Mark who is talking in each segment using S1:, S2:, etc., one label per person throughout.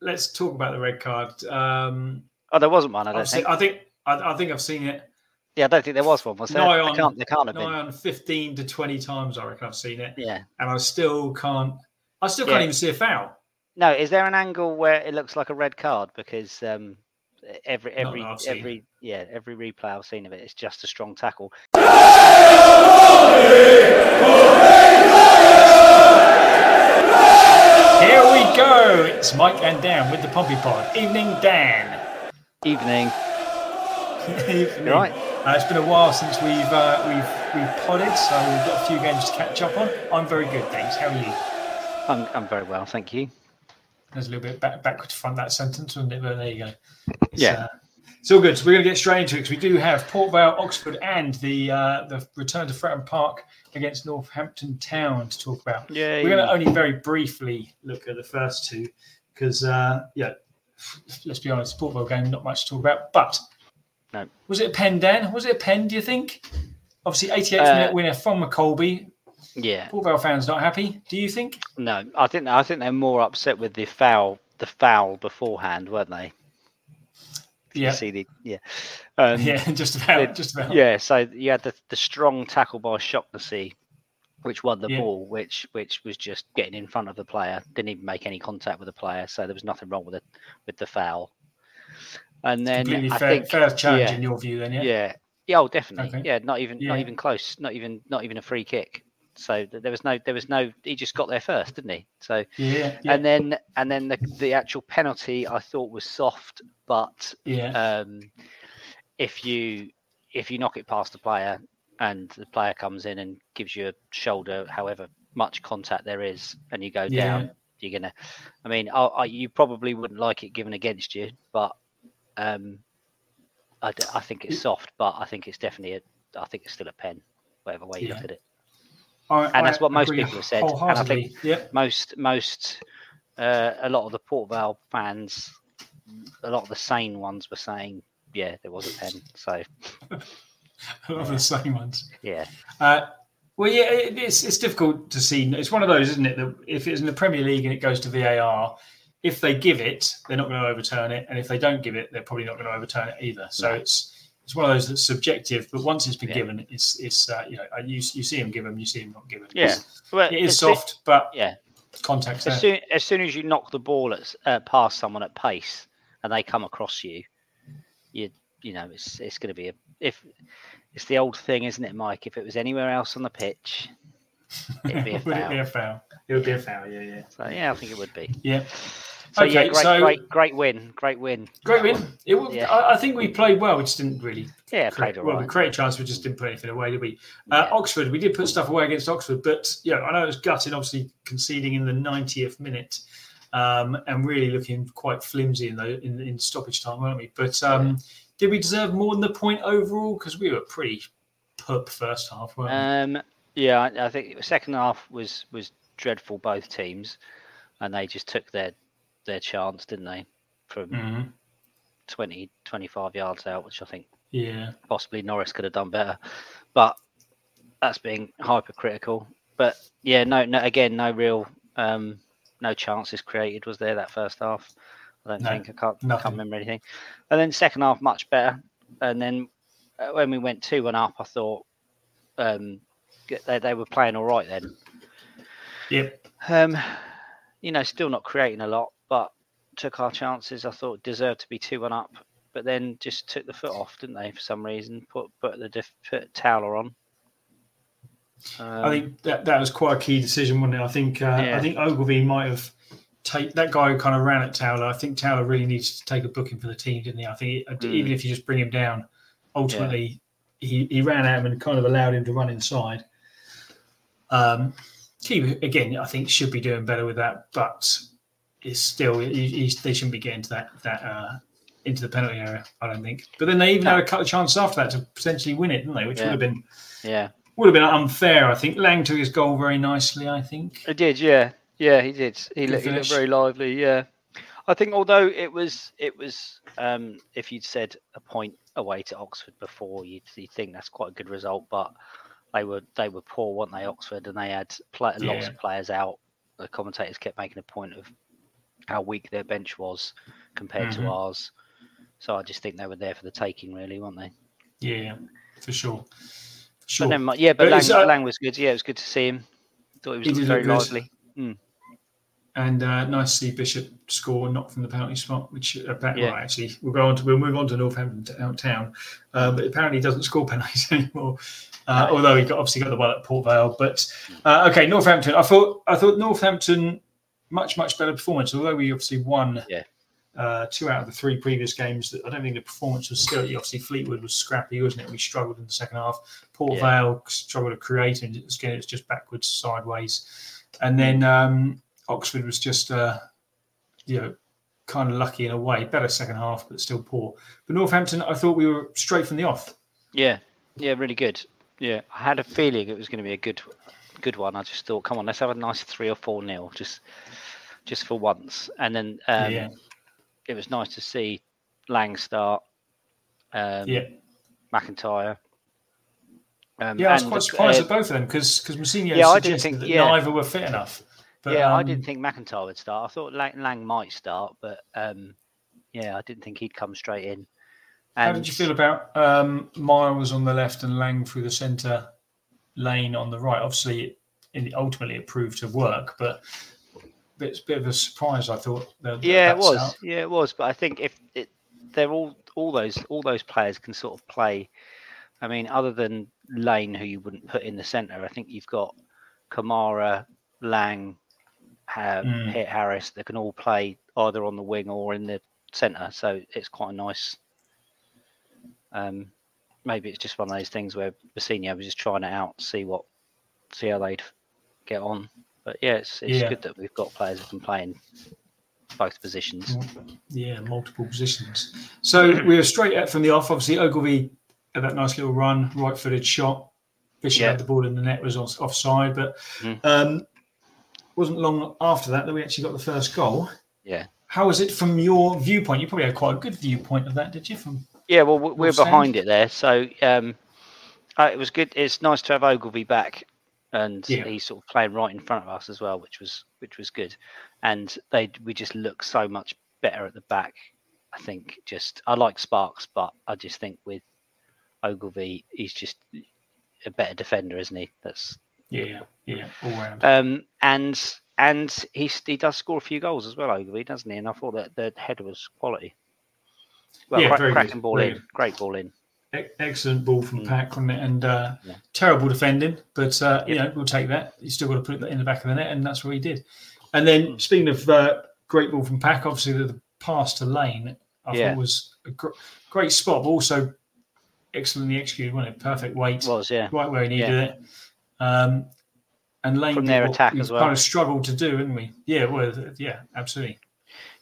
S1: let's talk about the red card. Um,
S2: Oh, there wasn't one. I don't
S1: I've seen,
S2: think.
S1: I think I, I think I've seen it
S2: Yeah, I don't think there was one. Was there?
S1: Nigh
S2: there
S1: on-
S2: can't. There can't have
S1: nigh
S2: been.
S1: on fifteen to twenty times. I reckon I've seen it,
S2: Yeah.
S1: and I still can't. I still can't
S2: Yeah.
S1: even see a foul.
S2: No. Is there an angle where it looks like a red card because um, every every
S1: that I've seen.
S2: every yeah every replay I've seen of it, it's just a strong tackle.
S1: Here we go. It's Mike and Dan with the Pompey Pod. Evening, Dan.
S2: Evening.
S1: Evening.
S2: You're right.
S1: Uh, it's been a while since we've uh, we've we've podded, so we've got a few games to catch up on. I'm very good, thanks. How are you?
S2: I'm I'm very well, thank you.
S1: There's a little bit back, backward to front that sentence, wasn't it? But there you go. It's,
S2: Yeah.
S1: uh, it's all good. So we're going to get straight into it because we do have Port Vale, Oxford, and the uh, the return to Fratton Park against Northampton Town to talk about.
S2: Yay.
S1: We're going to only very briefly look at the first two because, uh, yeah, let's be honest, Port Vale game, not much to talk about. But
S2: No.
S1: was it a pen, Dan? Was it a pen, do you think? Obviously, 88th
S2: Uh,
S1: minute winner from McColby.
S2: Yeah.
S1: Port Vale fans not happy, do you think?
S2: No, I think I think they're more upset with the foul the foul beforehand, weren't they?
S1: Yeah.
S2: See the yeah. Um, yeah.
S1: Yeah, just about. Just about.
S2: so you had the, the strong tackle by Shocknessy, which won the
S1: Yeah.
S2: ball, which which was just getting in front of the player, didn't even make any contact with the player, so there was nothing wrong with it with the foul. And then
S1: completely
S2: I
S1: fair,
S2: think
S1: fair challenge
S2: yeah.
S1: in your view, then, yeah.
S2: yeah. yeah. oh, definitely.
S1: Okay.
S2: Yeah, not even
S1: Yeah.
S2: not even close. Not even not even a free kick. So th- there was no there was no. He just got there first, didn't he? So
S1: yeah, yeah,
S2: and then and then the the actual penalty I thought was soft, but
S1: yeah.
S2: um, if you if you knock it past the player and the player comes in and gives you a shoulder, however much contact there is, and you go
S1: Yeah.
S2: down, you're gonna. I mean, I, I, you probably wouldn't like it given against you, but um, I, d- I think it's soft, but I think it's definitely a. I think it's still a pen, whatever way you
S1: Yeah.
S2: look at it.
S1: I,
S2: and that's what most
S1: agree
S2: people have said, and I
S1: wholeheartedly. yeah,
S2: most most uh, a lot of the Port Vale fans, a lot of the sane ones were saying, yeah, there was a pen. So
S1: a lot of the same ones.
S2: yeah,
S1: Uh, well, yeah, it, it's it's difficult to see. It's one of those, isn't it? That if it's in the Premier League and it goes to VAR, if they give it, they're not going to overturn it, and if they don't give it, they're probably not going to overturn it either. So
S2: No.
S1: it's it's one of those that's subjective. But once it's been
S2: Yeah.
S1: given, it's it's uh, you know you you see him give them, you see him not given.
S2: Yeah. well,
S1: it is soft, but eh?
S2: Yeah,
S1: contacts there.
S2: as soon as soon as you knock the ball at s- uh, past someone at pace and they come across you, you you know it's it's going to be a if it's the old thing, isn't it, Mike? If it was anywhere else on the pitch, it'd be a
S1: Would it be
S2: foul.
S1: a foul? It would be a foul. Yeah, yeah,
S2: So yeah, I think it would be.
S1: yeah.
S2: So
S1: Okay,
S2: yeah, great,
S1: so-
S2: great, great win, great win.
S1: Great win. It was,
S2: Yeah.
S1: I, I think we played well. We just didn't really.
S2: Yeah,
S1: Create,
S2: played
S1: well, we
S2: alright.
S1: created chance. We just didn't put anything away, did we? Uh,
S2: Yeah.
S1: Oxford, we did put stuff away against Oxford, but you know, I know it was gutting, obviously conceding in the 90th minute, um, and really looking quite flimsy in the in, in stoppage time, weren't we? But um, did we deserve more than the point overall? Because we were pretty pup first half, weren't we?
S2: Um, yeah, I, I think the second half was was dreadful. Both teams, and they just took their their chance, didn't they? From
S1: Mhm.
S2: 20, 25 yards out, which I think
S1: Yeah,
S2: possibly Norris could have done better, but that's being hypercritical. But yeah, no, no. Again, no real, um, no chances created was there that first half. I don't
S1: No,
S2: think I can't, I
S1: nothing.
S2: can't remember anything. And then second half much better. And then uh, when we went two one up, I thought um, g- they they were playing all right then.
S1: yep,
S2: Um, you know, still not creating a lot, but took our chances. I thought deserved to be two one up, but then just took the foot off, didn't they? For some reason, put put the def- put Towler on. Um,
S1: I think that that was quite a key decision, wasn't it? I think uh,
S2: Yeah.
S1: I think Ogilvy might have take that guy who kind of ran at Towler. I think Towler really needs to take a booking for the team, didn't he? I think it-
S2: Mm.
S1: even if you just bring him down, ultimately he, he ran at him and kind of allowed him to run inside. Um, he again, I think should be doing better with that, but it's still he, he's, they shouldn't be getting to that that uh, into the penalty area. I don't think. But then they even had a couple of chances after that to potentially win it, didn't they? Which
S2: Yeah.
S1: would have been
S2: yeah,
S1: would have been unfair, I think. Lang took his goal very nicely, I think.
S2: He did, yeah, yeah, he did. He looked, he
S1: finish.
S2: looked very lively, yeah. I think although it was it was um, if you'd said a point away to Oxford before, you'd, you'd think that's quite a good result, but they were they were poor, weren't they, Oxford, and they had pla lots
S1: Yeah.
S2: of players out. The commentators kept making a point of how weak their bench was compared
S1: Mhm.
S2: to ours. So I just think they were there for the taking, really, weren't they?
S1: Yeah, for sure.
S2: But
S1: Sure.
S2: never mind. Yeah, but
S1: But
S2: Lang,
S1: it's, uh,
S2: Lang was good. Yeah, it was good to see him. Thought he was
S1: He
S2: looking
S1: did
S2: very
S1: look good.
S2: lively.
S1: and uh, nice to see Bishop score not from the penalty spot, which uh, appa-
S2: Yeah.
S1: well, actually we'll go on to we'll move on to Northampton t- out town, uh, but apparently he doesn't score penalties anymore. Uh,
S2: No.
S1: Although he got, obviously got the one at Port Vale, but uh, okay, Northampton. I thought I thought Northampton much much better performance. Although we obviously won
S2: Yeah.
S1: uh, two out of the three previous games, I don't think the performance was still. Obviously Fleetwood was scrappy, wasn't it? We struggled in the second half. Port
S2: Yeah.
S1: Vale struggled to create, and it's again it's just backwards, sideways, and then um, Oxford was just, uh, you know, kind of lucky in a way. Better second half, but still poor. But Northampton, I thought we were straight from the off.
S2: Yeah, yeah, really good. Yeah, I had a feeling it was going to be a good, good one. I just thought, come on, let's have a nice three or four nil, just, just for once. And then um,
S1: yeah,
S2: it was nice to see Lang start, um,
S1: yeah,
S2: McIntyre. Um,
S1: yeah. I was
S2: and,
S1: quite surprised
S2: uh,
S1: at both of them because because Mousinho
S2: yeah, I didn't
S1: suggested
S2: think-
S1: that
S2: yeah.
S1: neither were fit enough. But,
S2: yeah, I
S1: um,
S2: didn't think McIntyre would start. I thought Lang, Lang might start, but um, yeah, I didn't think he'd come straight in. And
S1: How did you feel about um, Miles on the left and Lang through the centre, Lane on the right? Obviously, it, ultimately it proved to work, but it's a bit of a surprise. I thought. That,
S2: Yeah, it
S1: that
S2: was.
S1: start.
S2: Yeah, it was. But I think if it, they're all all those all those players can sort of play. I mean, other than Lane, who you wouldn't put in the centre, I think you've got Kamara, Lang, ha-
S1: Mm.
S2: Pitt Harris. They can all play either on the wing or in the centre. So it's quite a nice. Um, maybe it's just one of those things where Bassino was just trying it out, see what, see how they'd get on. But yeah, it's, it's
S1: Yeah.
S2: good that we've got players who can play in both positions.
S1: Yeah, multiple positions. So we were straight at from the off. Obviously, Ogilvy had that nice little run, right-footed shot. Bishop
S2: Yeah.
S1: had the ball in the net, was off- offside, but
S2: Mm.
S1: um, wasn't long after that that we actually got the first goal.
S2: Yeah.
S1: How was it from your viewpoint? You probably had quite a good viewpoint of that, did you? From
S2: Yeah, well, we- we're
S1: Understand.
S2: behind it there. So um, uh, it was good. It's nice to have Ogilvy back, and
S1: Yeah.
S2: he's sort of playing right in front of us as well, which was which was good. And they we just look so much better at the back. I think just I like Sparks, but I just think with Ogilvy, he's just a better defender, isn't he? That's
S1: yeah, yeah, all round.
S2: um, and and he s- he does score a few goals as well, Ogilvy, doesn't he? And I thought that the header was quality. Well,
S1: Yeah,
S2: cra-
S1: very good,
S2: cracking ball
S1: very
S2: in,
S1: good.
S2: great ball in.
S1: E- Excellent ball from
S2: Mm.
S1: Pack, wasn't it? And uh,
S2: Yeah.
S1: terrible defending, but uh, you
S2: Yeah.
S1: know we'll take that. You still got to put it in the back of the net, and that's what he did. And then
S2: Mm.
S1: speaking of uh, great ball from Pack, obviously the, the pass to Lane, I
S2: Yeah.
S1: thought was a gr- great spot, but also excellently executed, wasn't it? Perfect weight,
S2: was yeah.
S1: right where he needed it. Um, and Lane
S2: From their
S1: did what
S2: attack
S1: we
S2: as well.
S1: Kind of struggled to do, didn't we? Yeah, well, th- yeah, absolutely.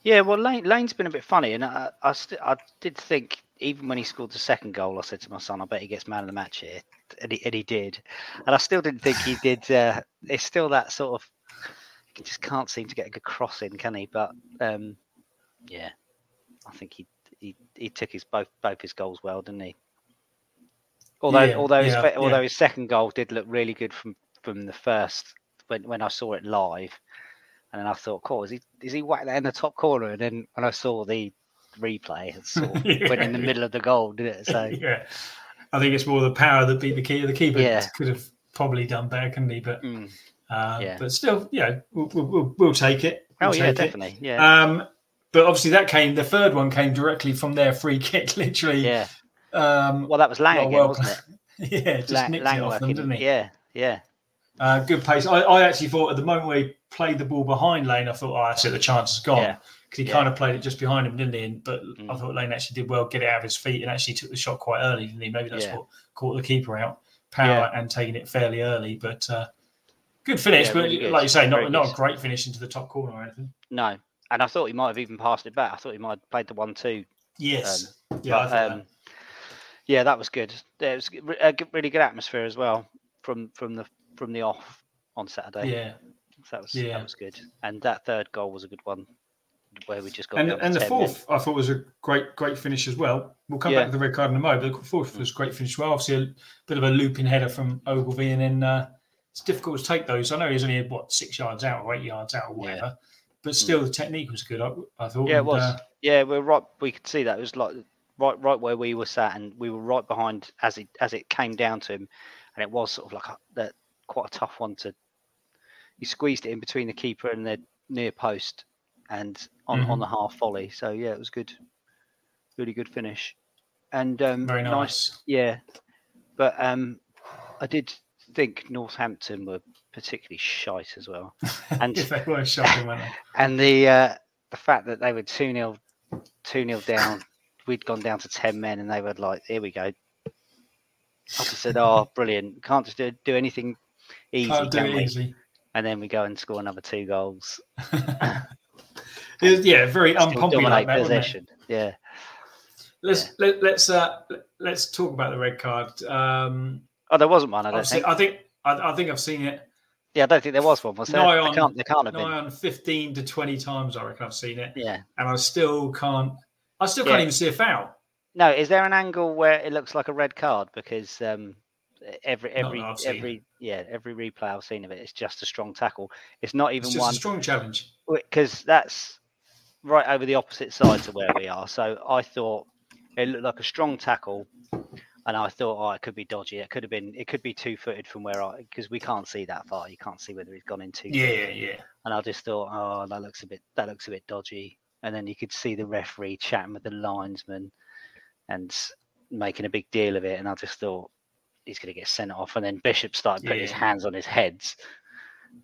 S2: Yeah, well, Lane, Lane's been a bit funny, and I, I, st- I did think even when he scored the second goal, I said to my son, "I bet he gets man of the match here," and he, and he did, and I still didn't think he did. Uh, it's still that sort of, he just can't seem to get a good cross in, can he? But um, yeah, I think he, he he took his both both his goals well, didn't he? Although
S1: Yeah,
S2: although his,
S1: yeah,
S2: fe-
S1: yeah.
S2: although his second goal did look really good from from the first when when I saw it live. And then I thought, cool, is he is he whacked that in the top corner? And then when I saw the replay, it sort of went in the
S1: Yeah.
S2: middle of the goal, did it? So
S1: yeah, I think it's more the power that beat the key of the keeper.
S2: Yeah.
S1: could have probably done better, couldn't he? But
S2: mm.
S1: uh,
S2: Yeah.
S1: but still, yeah, we'll, we'll- we'll, we'll take it.
S2: oh
S1: We'll
S2: yeah,
S1: take it.
S2: definitely, yeah,
S1: Um, but obviously that came. The third one came directly from their free kick, literally.
S2: yeah.
S1: Um,
S2: Well, that was Lang
S1: well,
S2: again,
S1: well-
S2: wasn't it?
S1: yeah, just
S2: Lang,
S1: nicked
S2: Lang
S1: it off them,
S2: working,
S1: didn't he?
S2: yeah, yeah,
S1: Uh, good pace. I, I actually thought at the moment where he played the ball behind Lane, I thought, oh, that's it, the chance is gone.
S2: Yeah.
S1: Because he
S2: Yeah.
S1: kind of played it just behind him, didn't he? And, but I
S2: Mm.
S1: thought Lane actually did well, get it out of his feet, and actually took the shot quite early, didn't he? Maybe that's
S2: Yeah.
S1: what caught the keeper out. Power and taking it fairly early, but uh, good finish.
S2: Yeah,
S1: but
S2: really good.
S1: like you say,
S2: Very
S1: not, not a
S2: good.
S1: great finish into the top corner or anything.
S2: no. And I thought he might have even passed it back. I thought he might have played the one-two
S1: Yes. yeah, I
S2: But,
S1: thought
S2: um, yeah, that was good. There was g- re- a g- really good atmosphere as well from from the from the off on
S1: that.
S2: Saturday.
S1: Yeah.
S2: So that was
S1: Yeah.
S2: that was good. And that third goal was a good one, where we just got
S1: and
S2: down to
S1: and the
S2: 10
S1: fourth I thought was a great great finish as well. We'll come
S2: Yeah.
S1: back to the red card in a moment. But the fourth was a great finish as well. Obviously a bit of a looping header from Ogilvy, and then uh, it's difficult to take those. I know he's only what six yards out or eight yards out or
S2: Yeah. Hmm.
S1: whatever, but still the technique was good. I, I thought.
S2: Yeah, it
S1: and,
S2: was.
S1: uh,
S2: yeah, we're right. We could see that it was like right, right where we were sat, and we were right behind as it as it came down to him, and it was sort of like a, that quite a tough one to. He squeezed it in between the keeper and the near post, and on
S1: Mm-hmm.
S2: on the half volley. So yeah, it was good, really good finish, and um,
S1: very nice.
S2: yeah, but um, I did think Northampton were particularly shite as well, and
S1: If they were shocking, weren't they?
S2: and the uh, the fact that they were two 0 two 0 down, we'd gone down to ten men, and they were like, "Here we go." I just said, "Oh, brilliant! Can't just do, do anything easy,
S1: Can't do
S2: can
S1: it
S2: we?"
S1: easy.
S2: And then we go and score another two goals,
S1: It was- yeah, very
S2: Still
S1: unpopular.
S2: dominate
S1: Like that, wasn't it?
S2: possession. Yeah,
S1: Let's let, let's uh, let's talk about the red card. Um,
S2: oh, there wasn't one. I don't
S1: I've seen,
S2: think.
S1: I think I, I think I've seen it
S2: Yeah, I don't think there was one. Was there?
S1: Nigh
S2: I
S1: on-
S2: can't. There can't have
S1: nigh
S2: been.
S1: on fifteen to twenty times. I reckon I've seen it,
S2: Yeah.
S1: and I still can't. I still can't
S2: Yeah.
S1: even see a foul.
S2: No, is there an angle where it looks like a red card because um, every every
S1: that I've seen.
S2: every yeah every replay I've seen of it, it's just a strong tackle. It's not even
S1: It's just
S2: one
S1: a strong challenge.
S2: because that's right over the opposite side to where we are. So I thought it looked like a strong tackle, and I thought, oh, it could be dodgy. It could have been. It could be two footed from where I because we can't see that far. You can't see whether he's gone in two.
S1: Yeah, yeah, yeah.
S2: And I just thought, oh, that looks a bit. That looks a bit dodgy. And then you could see the referee chatting with the linesman, and making a big deal of it. And I just thought he's going to get sent off. And then Bishop started putting his
S1: Yeah.
S2: hands on his heads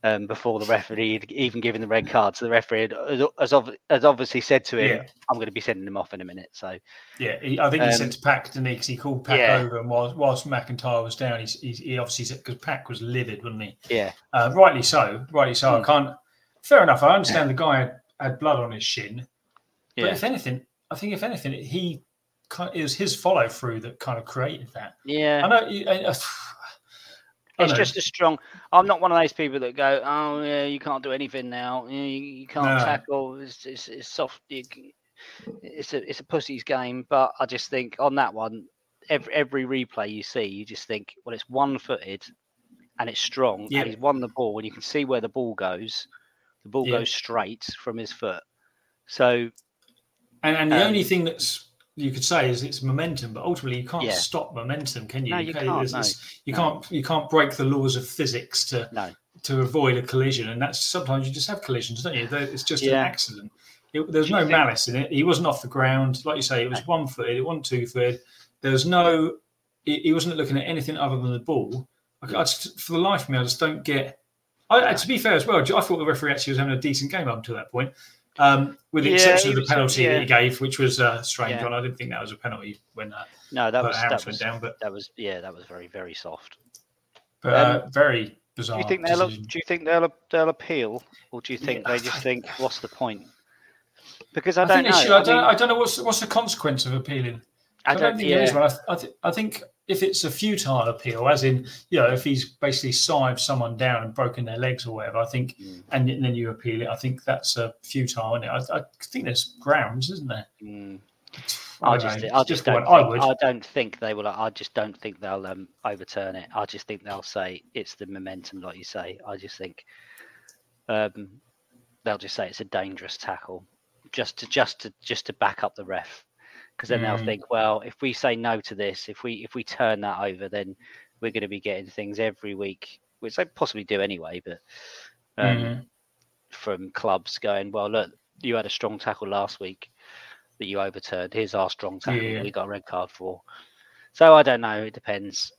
S2: um, before the referee had even given the red card. So the referee had, as, ob- as obviously said to him,
S1: Yeah.
S2: "I'm going to be sending him off in a minute." So
S1: Yeah, he, I think he
S2: Um,
S1: sent to Pack, didn't he? 'Cause he called Pack
S2: yeah.
S1: over, and whilst, whilst McIntyre was down, he, he, he obviously said because Pack was livid, wasn't he?
S2: yeah,
S1: Uh, rightly so, rightly so. I
S2: Hmm.
S1: can't. Fair enough. I understand the guy had, had blood on his shin,
S2: yeah,
S1: But if anything, I think if anything, he kind it was his follow through that kind of created that.
S2: yeah.
S1: I know. you- uh, I, I, I
S2: It's
S1: know.
S2: just a strong. I'm not one of those people that go, "Oh yeah, you can't do anything now. You, you can't
S1: No.
S2: tackle. It's, it's, it's soft. You, c- it's a it's a pussy's game." But I just think on that one, every every replay you see, you just think, "Well, it's one footed, and it's strong,
S1: Yeah.
S2: and he's won the ball, and you can see where the ball goes. The ball
S1: Yeah.
S2: goes straight from his foot. So
S1: and, and the
S2: um,
S1: only thing that's you could say is it's momentum, but ultimately you can't
S2: Yeah.
S1: stop momentum, can you?
S2: No, you can't,
S1: it's- it's- you
S2: no.
S1: can't. You can't break the laws of physics to
S2: no,
S1: to avoid a collision, and that's sometimes you just have collisions, don't you? Though It's just
S2: Yeah.
S1: an accident. It, there's
S2: Do you
S1: no
S2: think-
S1: malice in it. He wasn't off the ground, like you say. It was one footed, it wasn't two footed. There was no. He, he wasn't looking at anything other than the ball. I, I just, for the life of me, I just don't get. I, To be fair, as well, I thought the referee actually was having a decent game up until that point, um, with the
S2: Yeah,
S1: exception
S2: he
S1: of the
S2: was-
S1: penalty
S2: yeah.
S1: that he gave, which was uh, strange.
S2: Yeah.
S1: One, I didn't think that was a penalty when uh,
S2: no, that
S1: But
S2: was
S1: Harris
S2: that
S1: went
S2: was
S1: down, but-
S2: that was yeah, that was very very soft.
S1: but uh, very
S2: Do
S1: bizarre.
S2: you think they'll
S1: decision.
S2: do you think they'll they'll appeal, or do you think
S1: Yeah,
S2: they
S1: I
S2: just
S1: don't-
S2: think what's the point? Because I,
S1: I
S2: don't
S1: think
S2: know.
S1: they should. I, don't.
S2: mean,
S1: I don't know what's what's the consequence of appealing.
S2: I
S1: I
S2: don't-
S1: don't think there is
S2: yeah.
S1: one. I, th- I, th- I think if it's a futile appeal, as in, you know, if he's basically sived someone down and broken their legs or whatever, I think,
S2: Mm.
S1: and, then you appeal it, I think that's a futile, is it? I, I think there's grounds, isn't there?
S2: Mm.
S1: I
S2: I
S1: don't
S2: just
S1: know.
S2: I
S1: It's
S2: just
S1: difficult.
S2: don't
S1: I
S2: think,
S1: would.
S2: I don't think they will. I just don't think they'll um, overturn it. I just think they'll say it's the momentum, like you say. I just think um, they'll just say it's a dangerous tackle, just to just to just to back up the ref, because then
S1: Mm.
S2: they'll think, well, if we say no to this, if we if we turn that over, then we're going to be getting things every week, which they possibly do anyway, but um,
S1: Mm.
S2: from clubs going, well, look, you had a strong tackle last week that you overturned. Here's our strong tackle
S1: Yeah.
S2: that we got a red card for. So I don't know. It depends.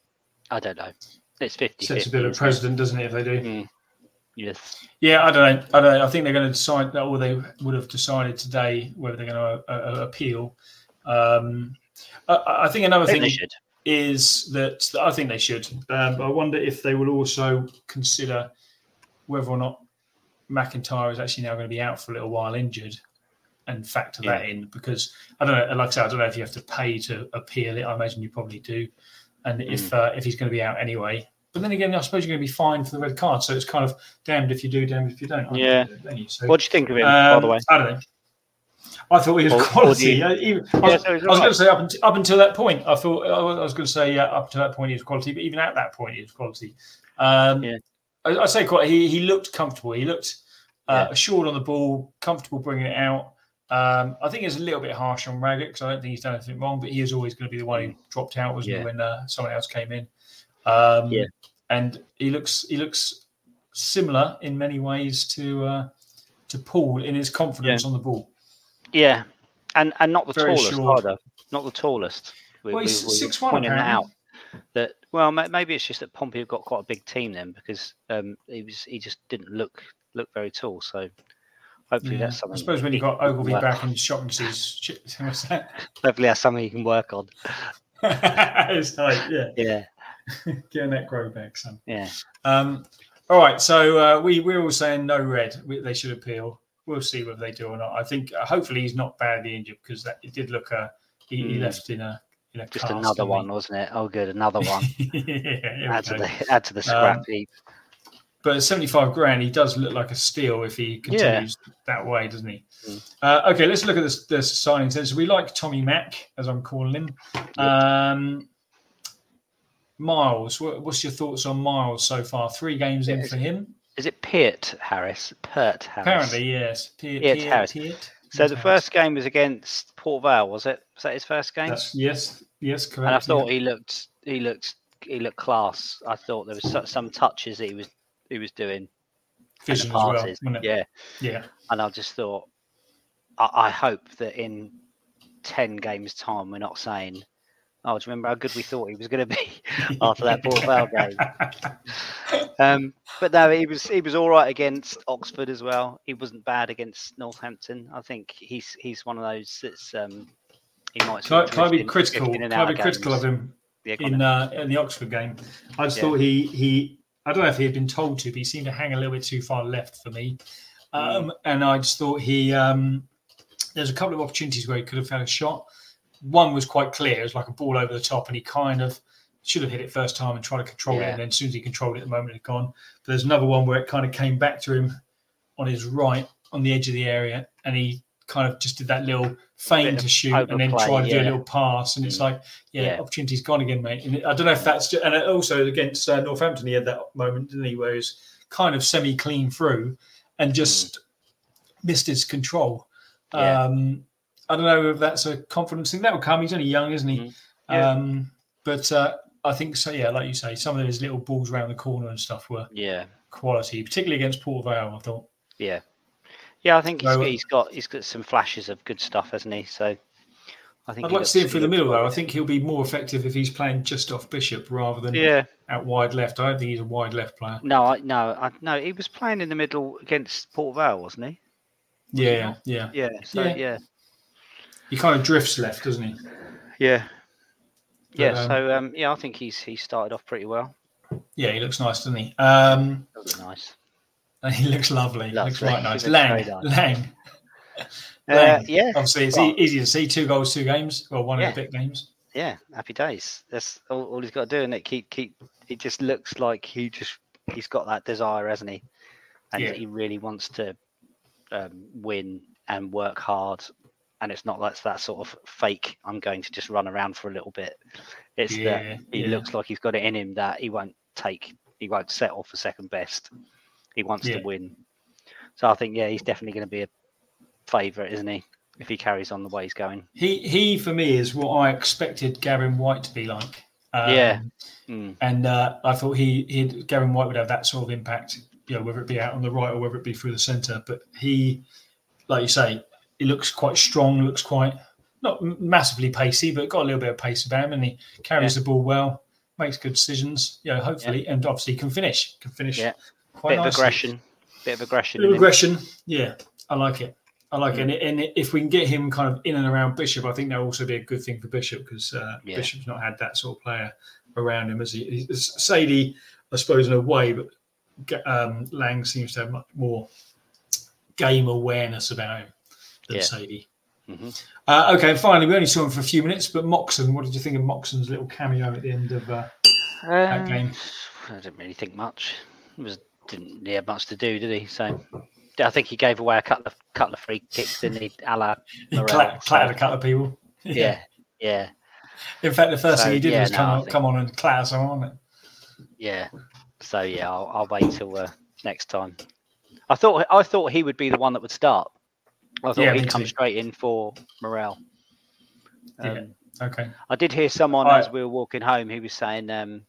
S2: I don't know. It's 50
S1: Sets a bit of precedent, doesn't it, if they do?
S2: Yes.
S1: Yeah, I don't know. I don't know. I think they're going to decide that, or they would have decided today whether they're going to uh, uh, appeal. Um, I- I, I think another
S2: I think
S1: thing
S2: they should.
S1: is that I think they should. Um, I wonder if they will also consider whether or not McIntyre is actually now going to be out for a little while injured and factor that in because I don't know. Like I said, I don't know if you have to pay to appeal it. I imagine you probably do. And
S2: Hmm.
S1: if uh, if he's going to be out anyway, but then again, I suppose you're going to be fined for the red card. So it's kind of damned if you do, damned if you don't. aren't you?
S2: Yeah.
S1: Don't you? So,
S2: What do you think of him, by
S1: um,
S2: the way?
S1: I don't know. I thought he was
S2: Or- or do
S1: quality.
S2: you-
S1: I, even- I
S2: Yeah,
S1: was,
S2: so he's
S1: I was
S2: alright.
S1: going to say up until, up until that point, I thought I was, I was going to say yeah, up to that point he was quality, but even at that point he was quality. Um,
S2: Yeah.
S1: I, I say quite. He, he looked comfortable. He looked Uh, Assured on the ball, comfortable bringing it out. Um, I think it's a little bit harsh on Raggett because I don't think he's done anything wrong, but he is always going to be the one who dropped out, wasn't
S2: Mm. Yeah.
S1: he, when uh, someone else came in? Um,
S2: Yeah.
S1: And he looks he looks similar in many ways to uh, to Paul in his confidence on the ball.
S2: Yeah, and and not the
S1: Very
S2: tallest
S1: short.
S2: either. Not the tallest. We,
S1: Well, he's
S2: we- we were
S1: 6'1"
S2: pointing that out.
S1: apparently.
S2: That well, ma- maybe it's just that Pompey have got quite a big team then because um, he was he just didn't look look very tall. So hopefully
S1: Yeah.
S2: that's
S1: I
S2: something.
S1: suppose when
S2: he
S1: you've got
S2: can
S1: Ogilvy
S2: work-
S1: back and Shocknesses, shit, what's that?
S2: hopefully that's something he can work on.
S1: it's like, yeah,
S2: Yeah,
S1: getting that grow back, son.
S2: yeah.
S1: Um, all right, so uh, we we're all saying no red. We, they should appeal. We'll see whether they do or not. I think uh, hopefully he's not badly injured because that it did look a he, he
S2: Mm.
S1: left in a in a
S2: Just
S1: cast,
S2: another
S1: didn't
S2: one, wasn't it? Oh, good, another one.
S1: he? yeah, here we
S2: add to
S1: go. Um,
S2: the add to the scrap heap.
S1: But at seventy five grand, he does look like a steal if he continues that way, doesn't he?
S2: Mm.
S1: Uh, okay, let's look at this the signings. then. So we like Tommy Mack, as I'm calling him. Um, Miles, what, what's your thoughts on Miles so far? Three games in
S2: Yes.
S1: for him.
S2: Is it Peart Harris? Pert Harris.
S1: Apparently, yes. Piet,
S2: Yeah, it's
S1: Piet-
S2: Harris.
S1: Piet?
S2: So the
S1: Harris.
S2: first game was against Port Vale, was it? Was that his first game?
S1: That's, yes, yes, correct.
S2: and I thought
S1: yeah.
S2: he looked he looked he looked class. I thought there was so- some touches that he was he was doing and
S1: Vision
S2: the
S1: as well,
S2: passes.
S1: wasn't it?
S2: yeah,
S1: yeah,
S2: and I just thought I, I hope that in ten games time we're not saying. Oh, do you remember how good we thought he was going to be after that Port Vale game? Um, but no, he was he was all right against Oxford as well. He wasn't bad against Northampton. I think he's he's one of those that's um, he might.
S1: Can I,
S2: sort of
S1: can I be
S2: drift in-
S1: critical?
S2: drift in
S1: Can
S2: and
S1: I
S2: out
S1: be critical
S2: games.
S1: of him
S2: Yeah, go on
S1: in uh, in the Oxford game? I just
S2: Yeah.
S1: thought he he. I don't know if he had been told to, but he seemed to hang a little bit too far left for me.
S2: Mm.
S1: Um, And I just thought he. Um, there's a couple of opportunities where he could have had a shot. One was quite clear; it was like a ball over the top, and he kind of should have hit it first time and tried to control it.
S2: Yeah.
S1: And then, as soon as he controlled it, the moment had gone. But there's another one where it kind of came back to him on his right on the edge of the area, and he kind of just did that little feign
S2: Bit
S1: to
S2: of
S1: shoot and then
S2: overplay,
S1: try to do a
S2: yeah.
S1: little pass, and it's
S2: Mm.
S1: like, yeah,
S2: Yeah.
S1: opportunity's gone again, mate. And I don't know if that's ju- and it also against uh, Northampton, he had that moment, didn't he, where he's kind of semi clean through
S2: Hmm.
S1: and just missed his control.
S2: Yeah.
S1: Um, I don't know if that's a confidence thing. That'll come. He's only young, isn't he?
S2: Mm. Yeah.
S1: Um, but uh, I think so. Yeah, like you say, some of those little balls around the corner and stuff were
S2: Yeah,
S1: quality, particularly against Port Vale. I thought.
S2: yeah, yeah. I think he's,
S1: So, uh,
S2: he's got he's got some flashes of good stuff, hasn't he? So I think
S1: I'd like to
S2: he looks-
S1: see him
S2: he
S1: through the
S2: looks
S1: middle, though. I
S2: quite-
S1: think he'll be more effective if he's playing just off Bishop rather than
S2: Yeah,
S1: out wide left. I don't think he's a wide left player.
S2: no, I, no, I, no. He was playing in the middle against Port Vale, wasn't he?
S1: Yeah, yeah.
S2: Yeah, so
S1: Yeah.
S2: yeah, yeah,
S1: He kind of drifts left, doesn't he?
S2: yeah.
S1: um,
S2: so um, yeah, I think he's he started off pretty well.
S1: Yeah, he looks nice, doesn't he? Um,
S2: That was nice.
S1: he looks lovely. He Looks
S2: Lovely.
S1: right nice.
S2: He looks
S1: Lang,
S2: very nice.
S1: Lang.
S2: Uh,
S1: Lang.
S2: yeah,
S1: Obviously, it's
S2: Well-
S1: e- easy to see two goals, two games. Well, one
S2: Yeah.
S1: of the big games.
S2: yeah, happy days. That's all, all he's got to do, and it keep keep. It just looks like he just he's got that desire, hasn't he? And
S1: Yeah.
S2: he really wants to um, win and work hard. And it's not like that sort of fake. I'm going to just run around for a little bit. It's
S1: Yeah,
S2: that he
S1: yeah.
S2: looks like he's got it in him that he won't take, he won't settle for second best. He wants
S1: Yeah.
S2: to win. So I think yeah, he's definitely going to be a favourite, isn't he? If he carries on the way he's going.
S1: He, he for me, is what I expected Gavin White to be like. Um,
S2: Yeah. Mm.
S1: And uh, I thought he, he Gavin White would have that sort of impact, you know, whether it be out on the right or whether it be through the centre. But he, like you say, he looks quite strong, looks quite not m- massively pacey, but got a little bit of pace about him, and he carries the ball well, makes good decisions, you know, hopefully, and obviously can finish, can finish
S2: Yeah.
S1: quite
S2: Bit of
S1: nicely.
S2: aggression. Bit of aggression.
S1: Bit of
S2: in him.
S1: aggression, yeah, I like it. I like it, and, it- and it- if we can get him kind of in and around Bishop, I think that'll also be a good thing for Bishop because uh,
S2: Yeah.
S1: Bishop's not had that sort of player around him. As he, he's- Sadie, I suppose in a way, but Ga- um, Lang seems to have much more game awareness about him than
S2: Yeah.
S1: Sadie.
S2: Mhm.
S1: Uh, okay, and finally, we only saw him for a few minutes, but Moxon, what did you think of Moxon's little cameo at the end of? Uh,
S2: Um,
S1: game?
S2: I didn't really think much. It was didn't he have much to do, did he? So I think he gave away a couple of couple of free kicks, didn't he? A la
S1: he
S2: Morel,
S1: clapped,
S2: so-
S1: clapped a couple of people.
S2: yeah, yeah,
S1: In fact, the first
S2: So,
S1: thing he did
S2: yeah,
S1: was
S2: no,
S1: come
S2: I
S1: on,
S2: think-
S1: come on and clatter someone. wasn't it?
S2: yeah. So yeah, I'll, I'll wait till uh, next time. I thought I thought he would be the one that would start. I thought
S1: Yeah, me
S2: he'd come
S1: too.
S2: straight in for Morel. Um,
S1: Yeah. Okay.
S2: I did hear someone
S1: I-
S2: as we were walking home who was saying, um,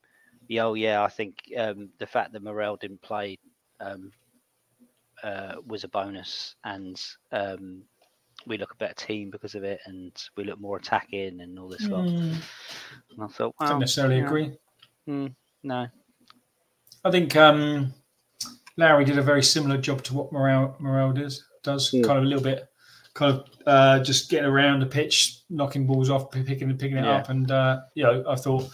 S2: "Yeah, "Oh yeah, I think um, the fact that Morel didn't play um, uh, was a bonus, and um, we look a better team because of it, and we look more attacking and all this lot."
S1: Mm.
S2: And I thought,
S1: I
S2: "Wow,
S1: don't necessarily
S2: yeah,
S1: agree.
S2: no,
S1: I think um, Lowry did a very similar job to what Morel Morel does. Does
S2: Yeah.
S1: kind of a little bit, kind of uh, just getting around the pitch, knocking balls off, p- picking picking it
S2: Yeah.
S1: up, and uh, you know, I thought,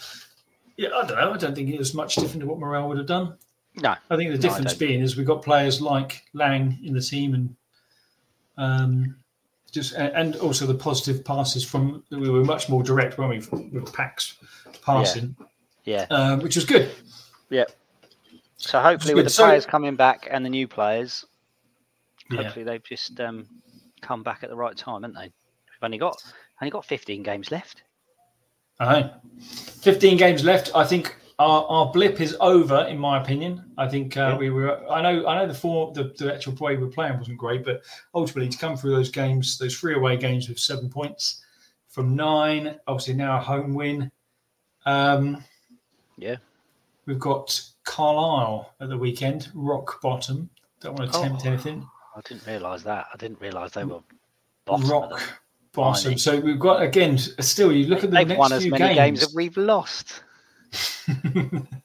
S1: yeah, I don't know, I don't think it was much different to what Morel would have done.
S2: no,
S1: I think the
S2: No, I
S1: difference
S2: don't.
S1: being is we've got players like Lang in the team, and um, just a- and also the positive passes from we were much more direct when we with Pax passing,
S2: yeah."
S1: uh, which was good.
S2: So hopefully, with
S1: good.
S2: the
S1: So-
S2: players coming back and the new players,
S1: Yeah.
S2: hopefully they've just um, come back at the right time, haven't they? We've only got only got 15 games left.
S1: Aye. 15 games left. I think our, our blip is over, in my opinion. I think uh,
S2: Yeah.
S1: we were. I know. I know the four. The, the actual way we we're playing wasn't great, but ultimately to come through those games, those three away games with seven points from nine. Obviously now a home win. Um,
S2: Yeah.
S1: we've got Carlisle at the weekend, rock bottom. Don't want to
S2: Oh.
S1: tempt anything.
S2: I didn't realise that. I didn't realise they were bottom.
S1: rock
S2: Of
S1: bottom.
S2: Blimey.
S1: So we've got again. Still, you look
S2: the,
S1: at the
S2: they've
S1: next
S2: won as
S1: few
S2: many games.
S1: games.
S2: as we've lost.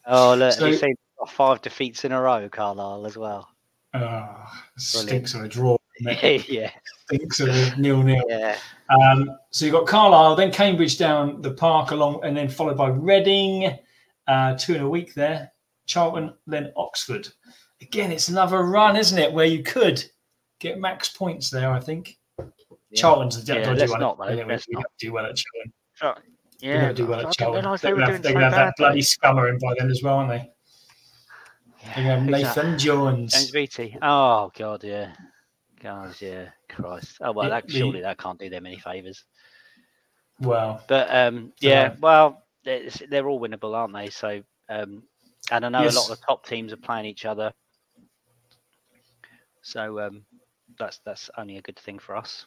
S2: Oh look,
S1: So-
S2: have you seen five defeats in a row, Carlisle as well.
S1: Ah, stinks of a draw. isn't it?
S2: yeah,
S1: Stinks of a nil nil.
S2: yeah,
S1: Um, so you've got Carlisle, then Cambridge down the park along, and then followed by Reading, uh, two in a week there, Charlton, then Oxford. Again, it's another run, isn't it, where you could get max points there, I think.
S2: Yeah.
S1: Charlton's the
S2: Yeah,
S1: dodgy
S2: let's
S1: one.
S2: not, though.
S1: We don't- we
S2: Let's
S1: don't
S2: not.
S1: do well at Charlton. we
S2: yeah.
S1: don't do well
S2: I
S1: at
S2: didn't
S1: Charlton.
S2: realise they
S1: They're
S2: were
S1: going to
S2: doing
S1: have, they're
S2: so
S1: gonna have that bloody
S2: badly.
S1: scummer in by then as well, aren't they? They're
S2: Yeah,
S1: going to
S2: who's
S1: have
S2: that?
S1: Nathan
S2: James
S1: Jones.
S2: Beattie. Oh God, yeah, God, yeah, Christ. Oh well,
S1: It-
S2: that
S1: the-
S2: surely that can't do them any favors.
S1: Well,
S2: But um,
S1: So-
S2: yeah, well, it's, they're all winnable, aren't they? So, um, and I know a lot
S1: Yes.
S2: of the top teams are playing each other. So um, that's that's only a good thing for us.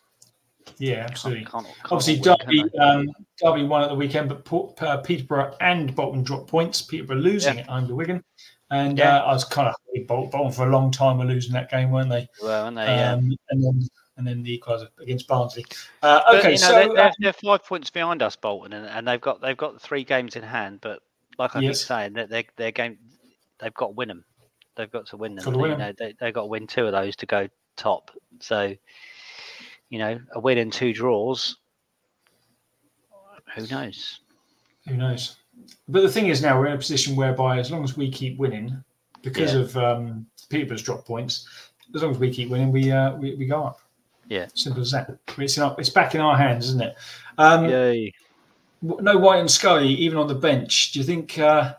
S1: yeah,
S2: Can't-
S1: absolutely.
S2: can't- can't
S1: Obviously,
S2: all win, can
S1: Derby,
S2: they?
S1: um, Derby won at the weekend, but Port, uh, Peterborough and Bolton dropped points. Peterborough losing at home to Wigan. And
S2: Yeah.
S1: uh, I was kind of Bolton, Bolton for a long time were losing that game, weren't they?
S2: well, aren't they? Uh, yeah.
S1: Um, and then and then the equaliser against Barnsley. Uh,
S2: But,
S1: okay,
S2: you know,
S1: so
S2: they're,
S1: uh,
S2: they're, they're five points behind us, Bolton, and, and they've got they've got three games in hand. But like I keep
S1: Yes.
S2: saying, that their their game they've got to win them. They've got to win them.
S1: Gotta
S2: you
S1: win 'em.
S2: know, they they've got to win two of those to go top. So, you know, a win and two draws. Who knows?
S1: who knows? But the thing is, now we're in a position whereby as long as we keep winning, because
S2: Yeah.
S1: of um, Peterborough's drop points, as long as we keep winning, we uh, we, we go up.
S2: Yeah.
S1: simple as that. It's in our, it's back in our hands, isn't it? Um,
S2: Yay!
S1: w- no White and Scully even on the bench. Do you think uh,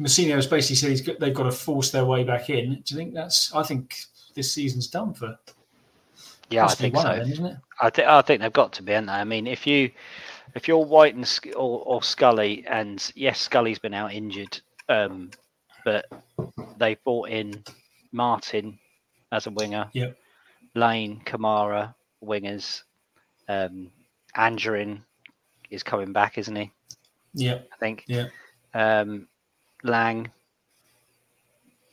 S1: Messino has basically said he's got, they've got to force their way back in? Do you think that's? I think this season's done for.
S2: Yeah, I
S1: possibly
S2: think
S1: one
S2: so.
S1: of them, isn't it?
S2: I think I think they've got to be, haven't they? I mean, if you if you're White and Sc- or, or Scully, and yes, Scully's been out injured, um, but they brought in Martin as a winger,
S1: Yep.
S2: Lane, Kamara, wingers, um, Angerin is coming back, isn't he?
S1: Yeah,
S2: I think.
S1: Yeah.
S2: Um, Lang,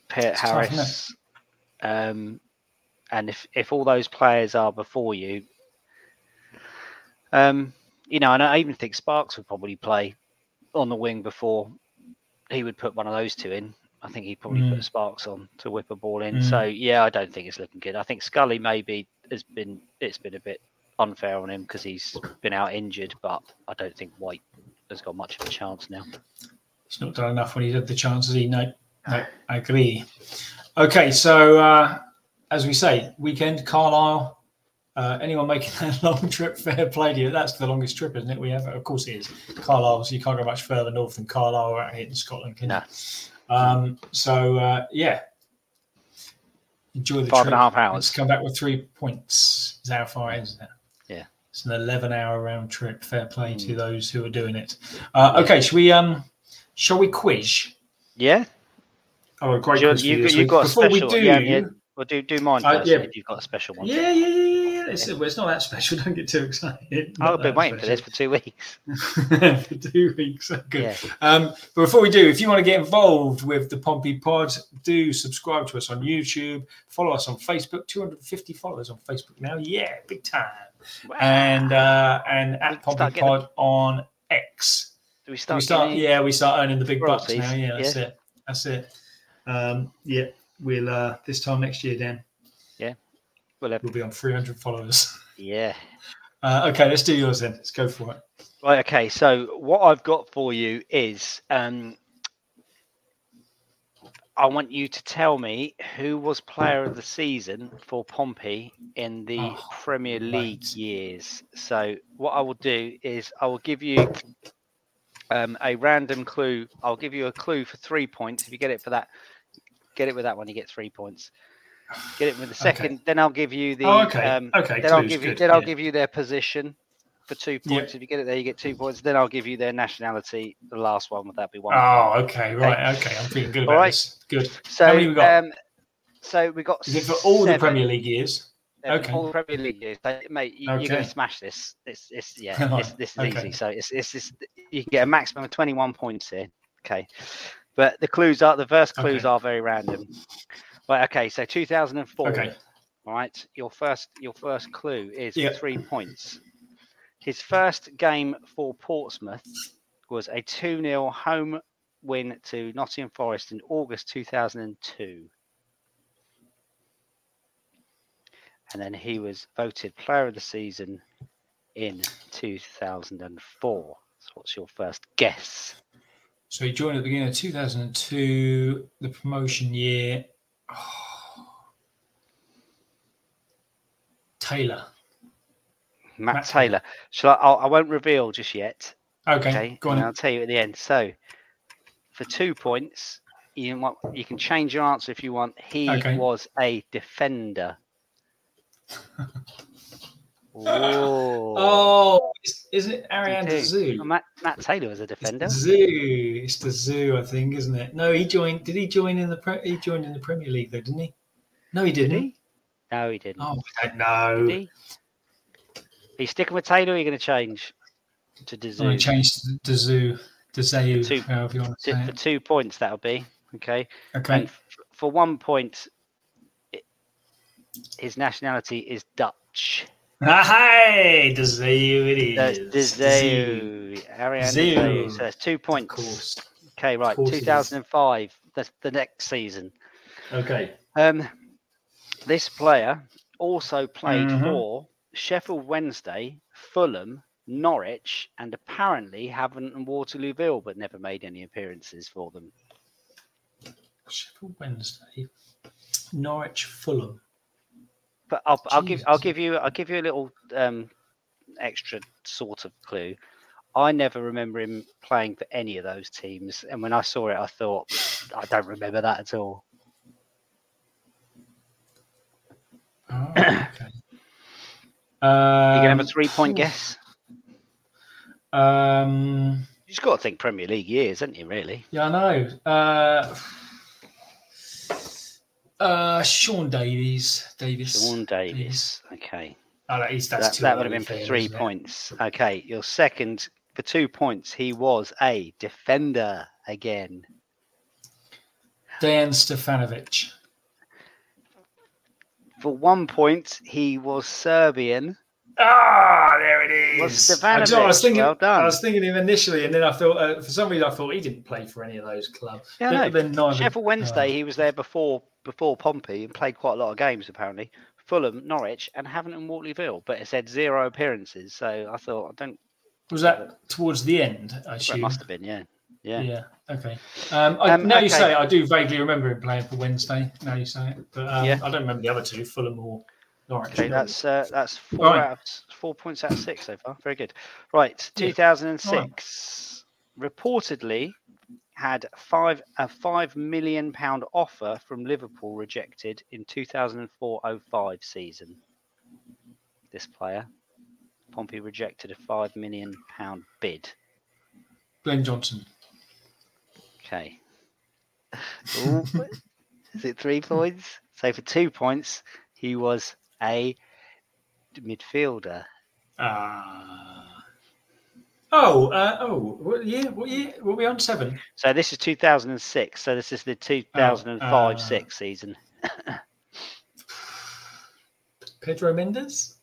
S2: Pitt
S1: It's tough, isn't it?
S2: Harris, um, and if if all those players are before you, um, you know, and I even think Sparks would probably play on the wing before he would put one of those two in. I think he'd probably
S1: Mm.
S2: put Sparks on to whip a ball in.
S1: Mm.
S2: So yeah, I don't think it's looking good. I think Scully maybe has been it's been a bit unfair on him because he's been out injured, but I don't think White has got much of a chance now.
S1: he's not done enough when he's had the chances. He no, no, I agree. Okay, so uh, as we say, weekend Carlisle. Uh, anyone making that long trip, fair play to you. That's the longest trip, isn't it? We have, of course, it is. Carlisle, so you can't go much further north than Carlisle or out here in Scotland, can you?
S2: No.
S1: Um, so uh, yeah, enjoy the
S2: Five
S1: trip.
S2: and a half
S1: Let's
S2: hours.
S1: come back with three points. Is how far it is, isn't it?
S2: Yeah.
S1: it's an eleven-hour round trip. Fair play to
S2: Mm.
S1: those who are doing it. Uh, okay, shall we? Um, shall we quiz?
S2: Yeah,
S1: Oh, a great
S2: You-
S1: quiz for
S2: you-
S1: you this
S2: you
S1: week.
S2: got a
S1: Before we
S2: special-
S1: do,
S2: yeah, yeah. Well, do do mine
S1: Uh,
S2: first
S1: yeah.
S2: if you've got a special one.
S1: Yeah, yeah, yeah, yeah. yeah. It's, well, it's not that special. Don't get too excited.
S2: I've
S1: Not
S2: been
S1: that
S2: waiting for
S1: special.
S2: this for two weeks.
S1: for two weeks. So Good.
S2: Yeah.
S1: Um, but before we do, if you want to get involved with the Pompey Pod, do subscribe to us on YouTube, follow us on Facebook. 250 followers on Facebook now. Yeah, big time. And uh, and
S2: We
S1: at
S2: can start
S1: Pompey
S2: getting-
S1: Pod on X.
S2: Do we start?
S1: We start,
S2: getting-
S1: yeah, we start earning the big bucks now.
S2: royalties,
S1: Yeah, that's it. That's it. Um, yeah, we'll uh, this time next year, Dan,
S2: Well, uh,
S1: we'll be on 300 followers.
S2: yeah.
S1: Uh, okay, let's do yours then. Let's go for it.
S2: Right. Okay. So what I've got for you is, um, I want you to tell me who was player of the season for Pompey in the
S1: Oh,
S2: Premier League
S1: right.
S2: years. So what I will do is I will give you um, a random clue. I'll give you a clue for three points. If you get it for that, get it with that one, you get three points. Get it with the
S1: Okay.
S2: second, then I'll give you the
S1: oh, okay,
S2: um,
S1: okay.
S2: then I'll
S1: clues,
S2: give you
S1: good,
S2: then I'll
S1: yeah.
S2: give you their position for two
S1: Yeah.
S2: points. If you get it there, you get two points. Then I'll give you their nationality. The last one would that be one?
S1: Oh, okay, right, okay. I'm feeling good
S2: All
S1: about
S2: right.
S1: this. Good.
S2: so
S1: how many we got?
S2: um, so we got
S1: Is it for all the
S2: seven.
S1: Premier League years?
S2: They're
S1: Okay.
S2: all Premier League years. So, mate, you, you're
S1: Okay.
S2: gonna smash this. It's it's yeah. It's, this is
S1: Okay.
S2: easy. So it's it's this. You can get a maximum of 21 points here. Okay, but the clues are the first clues
S1: Okay.
S2: are very random. Right. Okay. So 2004.
S1: Okay.
S2: All right. Your first your first clue is
S1: Yeah.
S2: for three points. His first game for Portsmouth was a 2 0 home win to Nottingham Forest in August 2002. And then he was voted player of the season in 2004. So, what's your first guess?
S1: So he joined at the beginning of 2002, the promotion year. Oh. Taylor.
S2: Matt,
S1: Matt Taylor.
S2: Taylor. Shall I, I'll, I won't reveal just yet.
S1: Okay,
S2: Okay,
S1: go
S2: and
S1: on.
S2: I'll tell you at the end. So, for two points, you want you can change your answer if you want. He
S1: Okay.
S2: was a defender. oh,
S1: Oh, is, is it Ariane
S2: do.
S1: Zoo?
S2: Matt, Matt Taylor was a
S1: It's the
S2: defender.
S1: zoo. It's the zoo, I think, isn't it? No, he joined. Did he join in the pre- he joined in the Premier League though? Didn't he? No, he didn't.
S2: he? No, he didn't.
S1: Oh, I don't know.
S2: Did he? Are you sticking with Taylor? Or are you going to change to
S1: I'm
S2: Dazoo?
S1: going to change to the zoo. The zoo.
S2: Two-
S1: however you want to
S2: T-
S1: say
S2: For
S1: it.
S2: two points, that'll be okay. And
S1: Okay.
S2: f- for one point, i- his nationality is Dutch.
S1: Ah, Hey, the zoo it is.
S2: That's the zoo. Ariane
S1: Zoo.
S2: Zoo. So that's two
S1: Of
S2: points.
S1: course.
S2: Okay, right.
S1: course it is.
S2: 2005. That's the next season.
S1: Okay.
S2: Um, this player also played
S1: Mhm.
S2: for Sheffield Wednesday, Fulham, Norwich, and apparently Havant and Waterlooville, but never made any appearances for them.
S1: Sheffield Wednesday, Norwich, Fulham.
S2: But I'll, I'll give I'll
S1: Jesus.
S2: give you I'll give you a little um, extra sort of clue. I never remember him playing for any of those teams, and when I saw it, I thought I don't remember that at all.
S1: Oh, okay.
S2: You can have
S1: Um,
S2: a three point guess.
S1: um,
S2: You just got to think Premier League years, haven't you? Really?
S1: yeah, I know. Uh, uh, Sean Davies. Davies.
S2: Sean Davis. Okay,
S1: Oh, that is, that's
S2: that,
S1: too
S2: that would have
S1: early
S2: been for
S1: him,
S2: three
S1: isn't it?
S2: points. Okay, your second for two points. He was a defender again.
S1: Dan Stefanovic.
S2: For one point, he was Serbian.
S1: Ah, there it
S2: Was
S1: is. I, do- I was
S2: Stefanovic,
S1: thinking,
S2: well done.
S1: I was thinking him initially, and then I thought, uh, for some reason, I thought he didn't play for any of those clubs.
S2: Yeah, I
S1: But
S2: know.
S1: then neither-
S2: Sheffield Wednesday, he was there before before Pompey and played quite a lot of games apparently. Fulham, Norwich, and Haven't and Watley Vale, but it said zero appearances. So I thought I don't.
S1: Was that towards the end? I
S2: Well, it
S1: assume.
S2: must have been, yeah, yeah.
S1: Yeah. Okay. Um, I,
S2: Um,
S1: now you
S2: okay.
S1: say it, I do vaguely remember him playing for Wednesday. Now you say it, but um,
S2: Yeah.
S1: I don't remember the other two, Fulham or Norwich.
S2: Okay, that's uh, that's four
S1: Right.
S2: out of s- four points out of six so far. Very good. Right, two thousand and six. Reportedly, had five a five million pound offer from Liverpool rejected in 2004-05 season. This player, Pompey rejected a five million pound bid.
S1: Glenn Johnson.
S2: Okay. Ooh, is it three points? So for two points, he was a midfielder.
S1: Uh, oh, uh, oh, what year? What year? Were we on seven?
S2: So this is 2006. So this is the 2005 6 season.
S1: Pedro Mendes?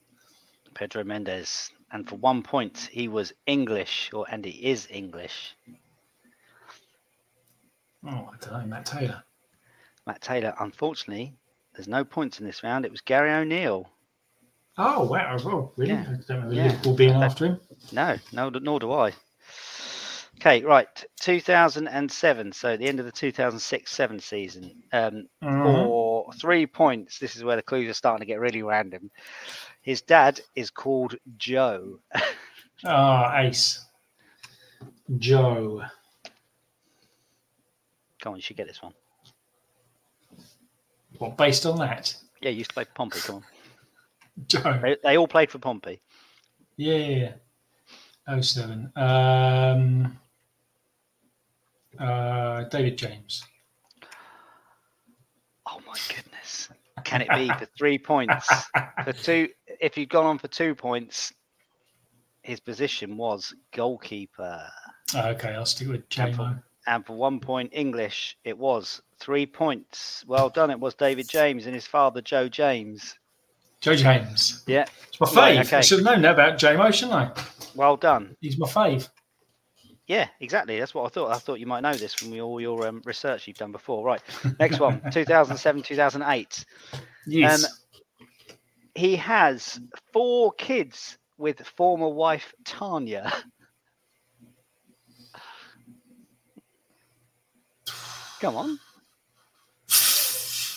S2: Pedro Mendes. And for one point, he was English, or and he is English.
S1: Oh, I don't know. Matt Taylor.
S2: Matt Taylor, unfortunately, there's no points in this round. It was Gary O'Neill.
S1: Oh, wow. Oh, really?
S2: Yeah.
S1: I don't remember
S2: Yeah.
S1: Liverpool being
S2: That-
S1: after him.
S2: No, no, nor do I. Okay, right, 2007. So the end of the 2006-7 season. Um,
S1: Mhm.
S2: for three points, this is where the clues are starting to get really random. His dad is called Joe.
S1: Ah, Ace. Joe.
S2: Come on, you should get this one.
S1: What, based on that?
S2: Yeah, you used to play for Pompey. Come on,
S1: Joe.
S2: they, they all played for Pompey.
S1: Yeah. 07. Um, uh, David James.
S2: Oh my goodness! Can it be for three points? For two, if you'd gone on for two points, his position was goalkeeper.
S1: Oh, Okay, I'll stick with Jamo.
S2: And for one point English, it was three points. Well done. It was David James and his father, Joe James.
S1: Joe James.
S2: Yeah.
S1: It's my fave.
S2: Right, okay.
S1: I should have known that about Jamo, shouldn't I?
S2: Well done.
S1: He's my fave.
S2: Yeah, exactly. That's what I thought. I thought you might know this from your- all your um, research you've done before. Right. Next one 2007, 2008.
S1: Yes.
S2: Um, He has four kids with former wife, Tanya. Come on.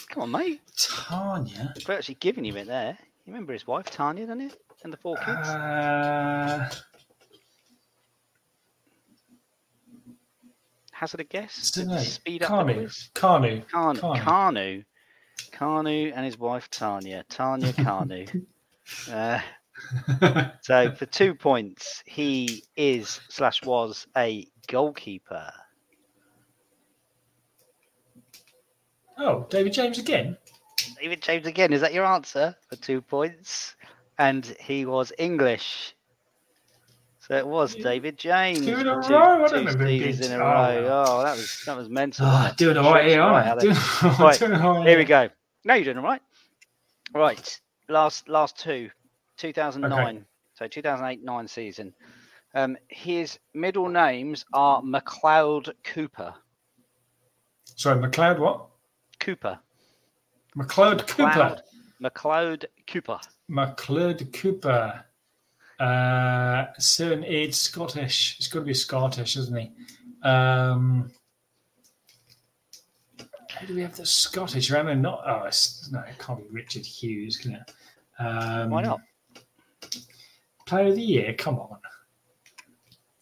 S2: Come on, mate.
S1: Tanya.
S2: We're actually giving you it there. You remember his wife, Tanya, don't you? And the four kids?
S1: Uh,
S2: Hazard a guess?
S1: What's her
S2: to
S1: name?
S2: Speed up the
S1: Kanu.
S2: quiz.
S1: Kanu.
S2: Kanu.
S1: Kanu.
S2: Kanu. Kanu and his wife, Tanya. Tanya Kanu. uh, so for two points, he is slash was a goalkeeper.
S1: oh, David James again.
S2: David James again, is that your answer for two points? And he was English. So it was
S1: Yeah.
S2: David James.
S1: Two in a
S2: for
S1: row? I
S2: two
S1: don't remember him
S2: seasons
S1: being-
S2: in a
S1: oh,
S2: row.
S1: no.
S2: Oh, that was that was mental.
S1: Ah,
S2: wasn't it?
S1: doing all right here,
S2: Right,
S1: aren't I?
S2: Alex.
S1: Doing,
S2: Right,
S1: doing all right
S2: Here we go. No, you're doing all right. Right. Last last two. 2009. So 2008 9 season. Um, his middle names are McLeod Cooper.
S1: Sorry, McLeod what?
S2: Cooper.
S1: McLeod Cooper.
S2: McLeod. McLeod Cooper.
S1: McLeod Cooper. Uh, Sir it's Scottish. It's got to be Scottish, isn't he? Um, who do we have the Scottish? I mean, not. Oh, it's, no, it can't be Richard Hughes, can it? Um,
S2: Why not?
S1: Player of the year? Come on.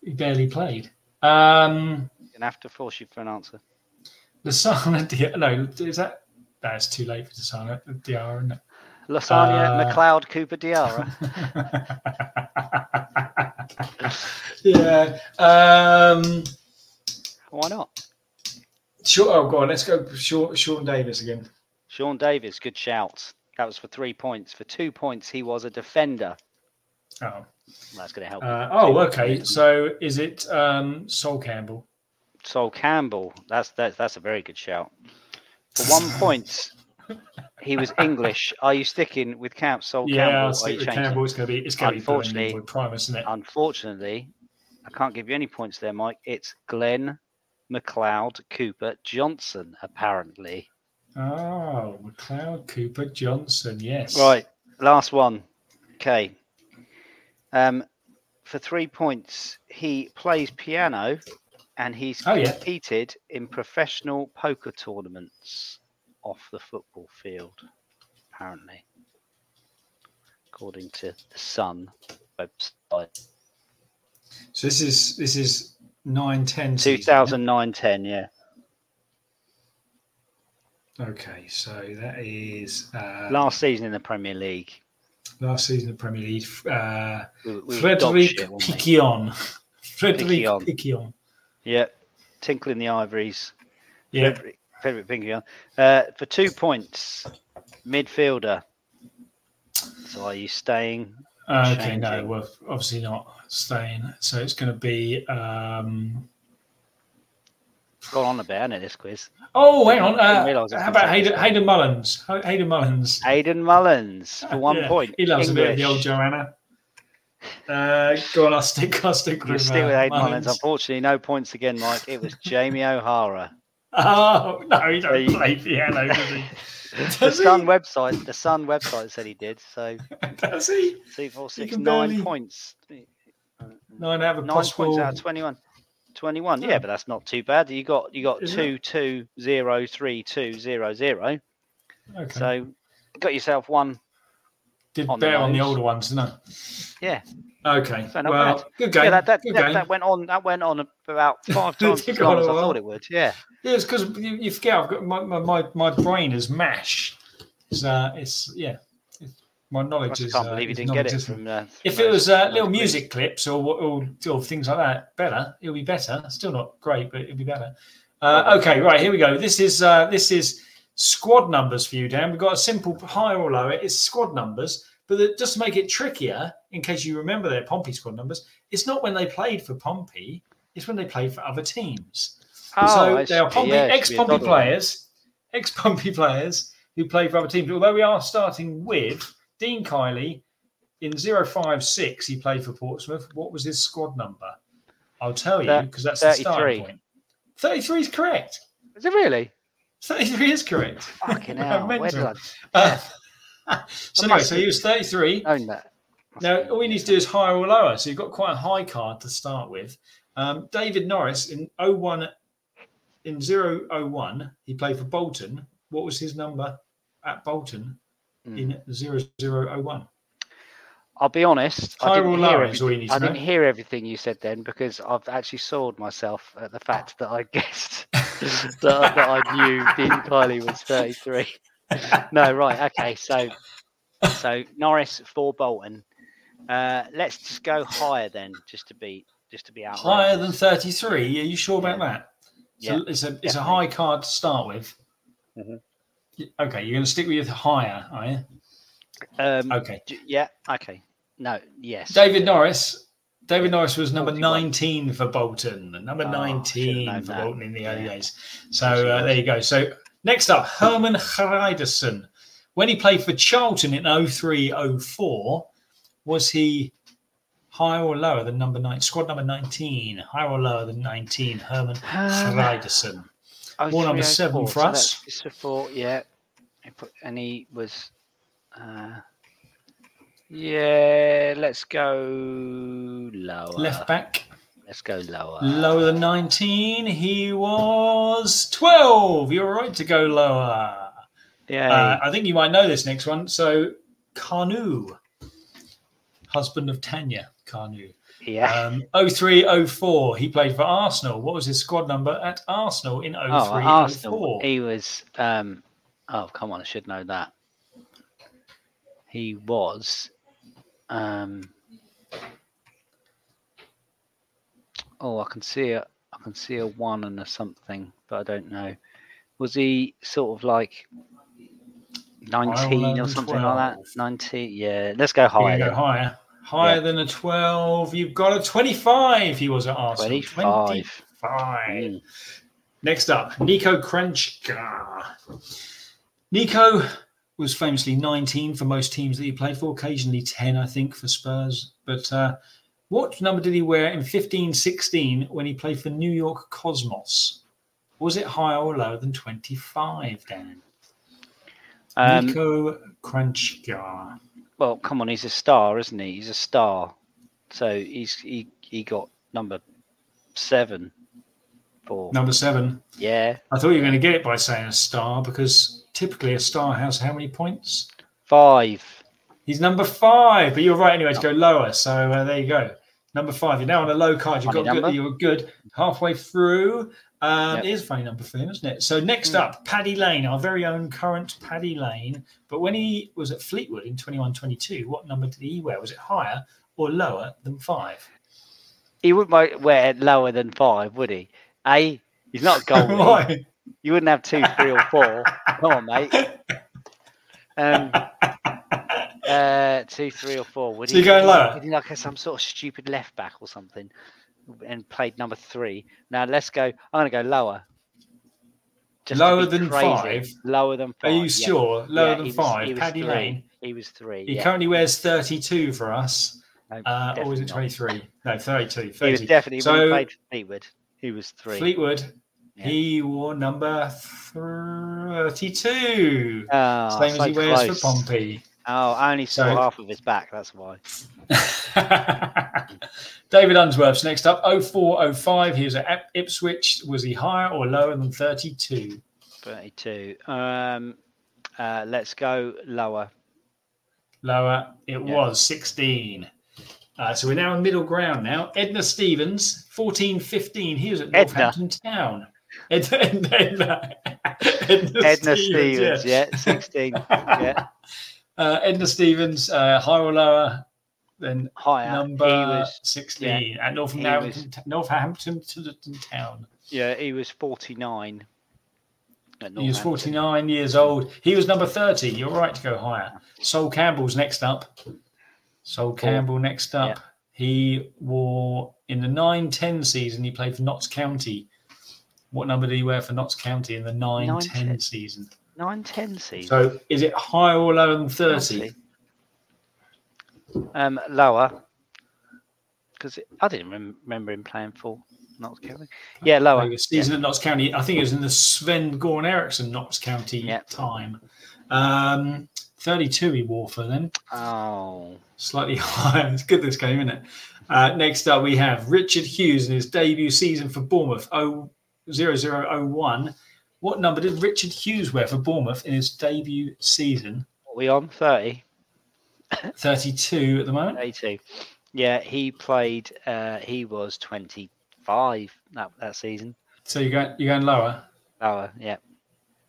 S1: He barely played. Um,
S2: You're gonna have to force you for an answer.
S1: Lasana Di- No, is that? That's too late for Lasana Diarra, isn't it?
S2: Lasagna
S1: Uh,
S2: McLeod Cooper Diarra.
S1: yeah. Um,
S2: Why not?
S1: sure. Oh, go on. Let's go. Sean, Sean Davis again.
S2: Sean Davis, good shout. That was for three points. For two points, he was a defender.
S1: Oh.
S2: That's gonna help.
S1: Uh, oh. Okay. So is it um, Sol Campbell?
S2: Sol Campbell. That's that's that's a very good shout. For one point, he was English. Are you sticking with Camp Sol
S1: yeah. I'll
S2: Campbell? Are
S1: stick
S2: you
S1: with
S2: changing?
S1: Campbell. It's going to be. It's going to be
S2: Unfortunately- Uh,
S1: Burnley, Primus, isn't it?
S2: Unfortunately, I can't give you any points there, Mike. It's Glenn McLeod Cooper Johnson, apparently.
S1: Oh, McLeod Cooper Johnson. Yes.
S2: Right, last one. Okay. Um, for three points, he plays piano, and he's
S1: Oh, yeah.
S2: competed in professional poker tournaments off the football field, apparently, according to the Sun website.
S1: So this is this is nine ten.
S2: 2009-10, yeah.
S1: Okay. So that is uh,
S2: Last season in the Premier League.
S1: last season of Premier League. Uh,
S2: We, were- we were dog
S1: Frederic
S2: shit, weren't we?
S1: Piquion. Frederic
S2: Piquion.
S1: Piquion.
S2: Yeah, tinkling the ivories.
S1: Yeah.
S2: Frederick Pinkerton. Uh, for two points, Midfielder. So are you staying?
S1: Uh, okay, no,
S2: Changing.
S1: we're obviously not staying. So it's going to be. Um...
S2: It's gone on a bit, hasn't it, this quiz?
S1: Oh, hang on.
S2: Didn't
S1: Uh,
S2: realise it was
S1: how about
S2: gonna take
S1: Hayden,
S2: this
S1: Hayden Mullins? Hay- Hayden Mullins.
S2: Aidan Mullins for one
S1: Yeah,
S2: point.
S1: He loves a bit of the
S2: English.
S1: old Joanna. Uh, go on, I'll stick, I'll stick
S2: We'll
S1: with,
S2: stick with
S1: uh,
S2: Aidan Mullins. Unfortunately, no points again, Mike. It was Jamie O'Hara.
S1: Oh, no, he
S2: Hey.
S1: don't play piano, does he?
S2: The
S1: Does he?
S2: Sun website, the Sun website said he did. So
S1: Does he?
S2: two, four, six,
S1: can
S2: nine
S1: barely-
S2: points.
S1: No, and have a
S2: Nine
S1: possible.
S2: points out of twenty-one. Twenty-one.
S1: Yeah.
S2: Yeah, but that's not too bad. You got you got
S1: Isn't
S2: two, two, zero, three, two, zero, zero.
S1: Okay.
S2: So got yourself one.
S1: Did
S2: on the
S1: better on the
S2: nose.
S1: older ones, didn't I?
S2: Yeah.
S1: Okay.
S2: So not
S1: well,
S2: bad.
S1: good game.
S2: Yeah, that that,
S1: good
S2: that,
S1: game.
S2: that went on. That went on about five times
S1: Took
S2: as long
S1: on a
S2: as I
S1: while.
S2: thought it would. Yeah.
S1: Yeah, it's because you, you forget. I've got my my, my, my brain is mash. It's uh, it's yeah. It's, my
S2: I
S1: knowledge
S2: just
S1: is.
S2: can't
S1: uh,
S2: believe you
S1: is
S2: didn't get it
S1: non-existent.
S2: from. Uh,
S1: If
S2: from
S1: it was
S2: those-
S1: uh,
S2: those
S1: little
S2: quizzes.
S1: music clips or, what- or or things like that, better. It'll be better. Still not great, but it'll be better. Uh, okay, right here we go. This is uh, this is squad numbers for you, Dan. We've got a simple higher or lower. It's squad numbers, but the, just to make it trickier, in case you remember their Pompey squad numbers, it's not when they played for Pompey. It's when they played for other teams
S2: Oh, I
S1: so they are
S2: see.
S1: Pompey,
S2: Yeah, it should be a
S1: ex-Pompey
S2: double.
S1: players, ex-Pompey players who play for other teams. Although we are starting with Dean Kiley in 056, he played for Portsmouth. What was his squad number? I'll tell you
S2: Thir-
S1: because that's the
S2: 33.
S1: starting point. 33 is correct.
S2: Is it really?
S1: 33 is correct.
S2: Fucking hell! Where did I
S1: Mental. Uh, so anyway,
S2: must
S1: so
S2: be-
S1: he was 33.
S2: own that?
S1: Now, all you need to do is higher or lower. So you've got quite a high card to start with. Um, David Norris in 01, in 001, he played for Bolton. What was his number at Bolton
S2: Hmm.
S1: in 0001?
S2: I'll be honest. I
S1: Higher
S2: didn't,
S1: or
S2: hear
S1: lower
S2: every-
S1: is all you need to
S2: I didn't
S1: know.
S2: hear everything you said then because I've actually soiled myself at the fact that I guessed that, that I knew Dean Kiley was 33. No, right. Okay. So, so Norris for Bolton. Uh, let's just go higher then, just to be just to be out.
S1: Higher than 33. Are you sure about
S2: Yeah.
S1: that? So
S2: Yeah,
S1: it's a it's a
S2: definitely.
S1: high card to start with.
S2: Mhm.
S1: Y- Okay, you're going to stick with higher, are you?
S2: Um,
S1: Okay.
S2: d- yeah. Okay. No. Yes.
S1: David
S2: yeah.
S1: Norris. David Norris was number
S2: 41.
S1: 19 for Bolton. Number
S2: Oh, I
S1: 19
S2: should've known
S1: for
S2: that.
S1: Bolton in the early
S2: Yeah.
S1: days.
S2: Of course
S1: So
S2: he
S1: uh,
S2: was.
S1: there you go. So next up, Herman Hreiderson. When he played for Charlton in 03 04, was he higher or lower than number nine? Squad number 19. Higher or lower than 19, Herman
S2: Um,
S1: Hreiderson.
S2: Oh,
S1: War number
S2: 304,
S1: seven for
S2: so
S1: us.
S2: that's Just before, yeah. He put- And he was, uh, yeah. Let's go lower.
S1: Left back,
S2: Let's go lower.
S1: lower than 19. He was 12. You're right to go lower.
S2: Yeah.
S1: Uh, I think you might know this next one. So, Carnu, husband of Tanya Carnu.
S2: yeah.
S1: Um, 03 04, he played for Arsenal. What was his squad number at Arsenal in 03
S2: oh, at Arsenal.
S1: 04?
S2: He was. Um, oh, come on! I should know that. He was. Um, oh, I can see a. I can see a one and a something, but I don't know. Was he sort of like nineteen or
S1: than
S2: something like that?
S1: 12.
S2: Nineteen. Yeah. Let's go
S1: You
S2: higher.
S1: can go
S2: then.
S1: higher. Higher
S2: Yeah.
S1: than a 12. You've got a 25. He was at Arsenal.
S2: Twenty-five.
S1: 25.
S2: Mm.
S1: Next up, Nico Kranjčka. Nico was famously 19 for most teams that he played for, occasionally 10, I think, for Spurs. But uh, what number did he wear in 15 16 when he played for New York Cosmos? Was it higher or lower than 25, Dan?
S2: Um,
S1: Nico Kranjčka.
S2: Well, come on, he's a star, isn't he? He's a star. So he's he, he got number seven for
S1: Number seven.
S2: yeah.
S1: I thought you were going to get it by saying a star because typically a star has how many points?
S2: Five.
S1: He's number five, but you're right anyway to go lower. So uh, there you go. Number five. You're now on a low card. You've
S2: Funny
S1: got good,
S2: number.
S1: you're good halfway through. Um,
S2: Yep.
S1: It is a funny number for him, isn't it? So next
S2: Hmm.
S1: up, Paddy Lane, our very own current Paddy Lane. But when he was at Fleetwood in 21 22, what number did he wear? Was it higher or lower than five?
S2: He wouldn't wa- wear it lower than five, would he? A he's not a goalie.
S1: Why?
S2: you wouldn't have two, three, or four. Come on, mate. Um, uh, two, three, or four. Would
S1: So you're going
S2: be-
S1: lower?
S2: Would he like a- some sort of stupid left back or something, and played number three? Now let's go. I'm going to go lower. Just to
S1: Lower
S2: be
S1: than five?
S2: Lower than
S1: Are
S2: five.
S1: you
S2: yeah.
S1: sure? Lower
S2: Yeah,
S1: than
S2: he was-
S1: five.
S2: he was
S1: Paddy
S2: three.
S1: Lane.
S2: He was three.
S1: He
S2: yeah.
S1: currently wears 32 for us.
S2: No,
S1: Uh, or was it
S2: definitely not.
S1: 23? No, 32.
S2: He
S1: 30.
S2: was definitely when
S1: So-
S2: he played for Fleetwood. He was three.
S1: Fleetwood.
S2: Yeah.
S1: He wore number 32.
S2: Oh,
S1: Same
S2: so
S1: as he wears
S2: close.
S1: for Pompey.
S2: Oh, I only saw
S1: So-
S2: half of his back. That's why.
S1: David Unsworth's next up. 0405. He was at Ip- Ipswich. Was he higher or lower than 32?
S2: 32. Um, uh, let's go lower.
S1: Lower. It
S2: Yeah.
S1: was 16. Uh, so we're now in middle ground now. Edna Stevens, 1415. He was at
S2: Edna.
S1: Northampton Town. Ed- Edna, Edna,
S2: Edna Stevens,
S1: yeah.
S2: yeah. 16. yeah.
S1: Uh, Edna Stevens, uh, higher or lower than
S2: Higher.
S1: number
S2: Uh, He was,
S1: 16 at
S2: he
S1: Northampton, Northampton Northampton Town.
S2: yeah, he was 49. at
S1: He was
S2: Northampton.
S1: 49 years old. He was number 30. You're right to go higher. Sol Campbell's next up. Sol Campbell next up. He wore in the 9 10 season, he played for Notts County. What number did he wear for Notts County in the 9 10
S2: 9-10.
S1: season?
S2: 9, 10 season.
S1: So is it higher or lower than 30?
S2: Um, lower. Because I didn't rem- remember him playing for Not County. Yeah, lower.
S1: Like a season at Notts County. I think it was in the Sven Gorn Eriksson Notts County
S2: Yeah.
S1: time. Um, 32 he wore for them,
S2: Oh.
S1: slightly higher. It's good this game, isn't it? Uh, next up, we have Richard Hughes in his debut season for Bournemouth, oh, 0001. oh, What number did Richard Hughes wear for Bournemouth in his debut season?
S2: What we on? 30.
S1: 32 at the moment.
S2: 82. Yeah, he played, uh, he was 25 that, that season.
S1: So you're going, you're going lower,
S2: Lower, Oh, yeah.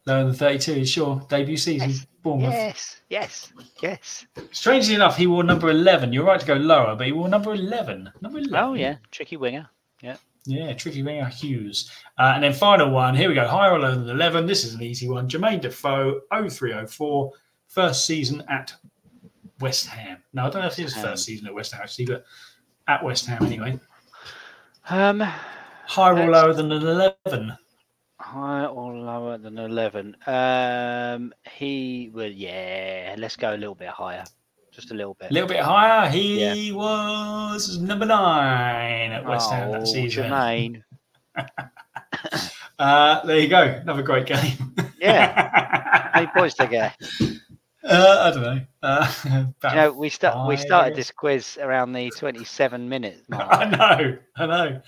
S1: lower than 32, you sure? Debut season,
S2: Yes.
S1: Bournemouth.
S2: Yes, yes, yes.
S1: Strangely enough, he wore number 11. You're right to go lower, but he wore number 11. Number 11.
S2: Oh, yeah, tricky winger.
S1: Yeah, tricky winger Hughes. Uh, and then final one. Here we go. Higher or lower than 11. This is an easy one. Jermaine Defoe, 0304. First season at West Ham. No, I don't know if it was
S2: Ham.
S1: first season at West Ham, actually, but at West Ham anyway.
S2: Um,
S1: Higher or
S2: That's-
S1: lower than an 11.
S2: higher or lower than 11? Um, he will, yeah, let's go a little bit higher, just a little bit.
S1: A little bit higher. He was number nine at West Ham
S2: Oh,
S1: that season. eh?
S2: Jermaine.
S1: Uh, there you go. Another great game.
S2: Yeah, how many points did I get?
S1: Uh, I don't know. Uh,
S2: You know, we start we
S1: five.
S2: started this quiz around the twenty-seven minute
S1: I
S2: mark.
S1: know, I know.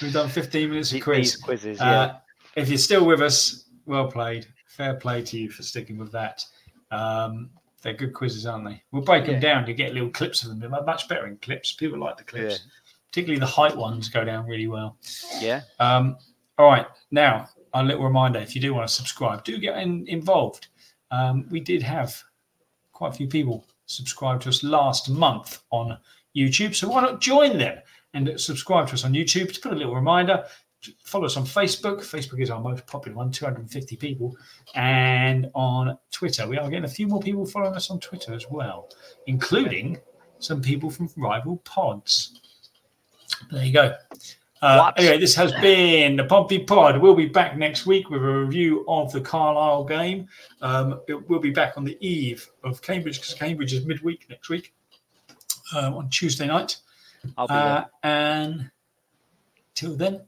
S1: We've done 15 minutes of
S2: These
S1: quiz.
S2: quizzes, yeah.
S1: Uh, if you're still with us, well played. Fair play to you for sticking with that. Um, they're good quizzes, aren't they? We'll break them
S2: Yeah.
S1: down. You get little clips of them. They're much better in clips. People like the clips,
S2: Yeah.
S1: particularly the height ones go down really well.
S2: yeah.
S1: Um, all right, now a little reminder: if you do want to subscribe, do get in, involved. Um, we did have quite a few people subscribe to us last month on YouTube, so why not join them and subscribe to us on YouTube? To put a little reminder, follow us on Facebook. Facebook is our most popular one, 250 people, and on Twitter, we are getting a few more people following us on Twitter as well, including some people from rival pods. There you go. Uh,
S2: What?
S1: anyway, this has been the Pompey Pod. We'll be back next week with a review of the Carlisle game. Um, it, we'll be back on the eve of Cambridge because Cambridge is midweek next week um, on Tuesday night.
S2: I'll be
S1: Uh, and till then,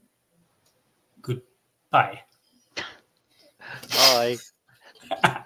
S1: goodbye.
S2: there. Bye.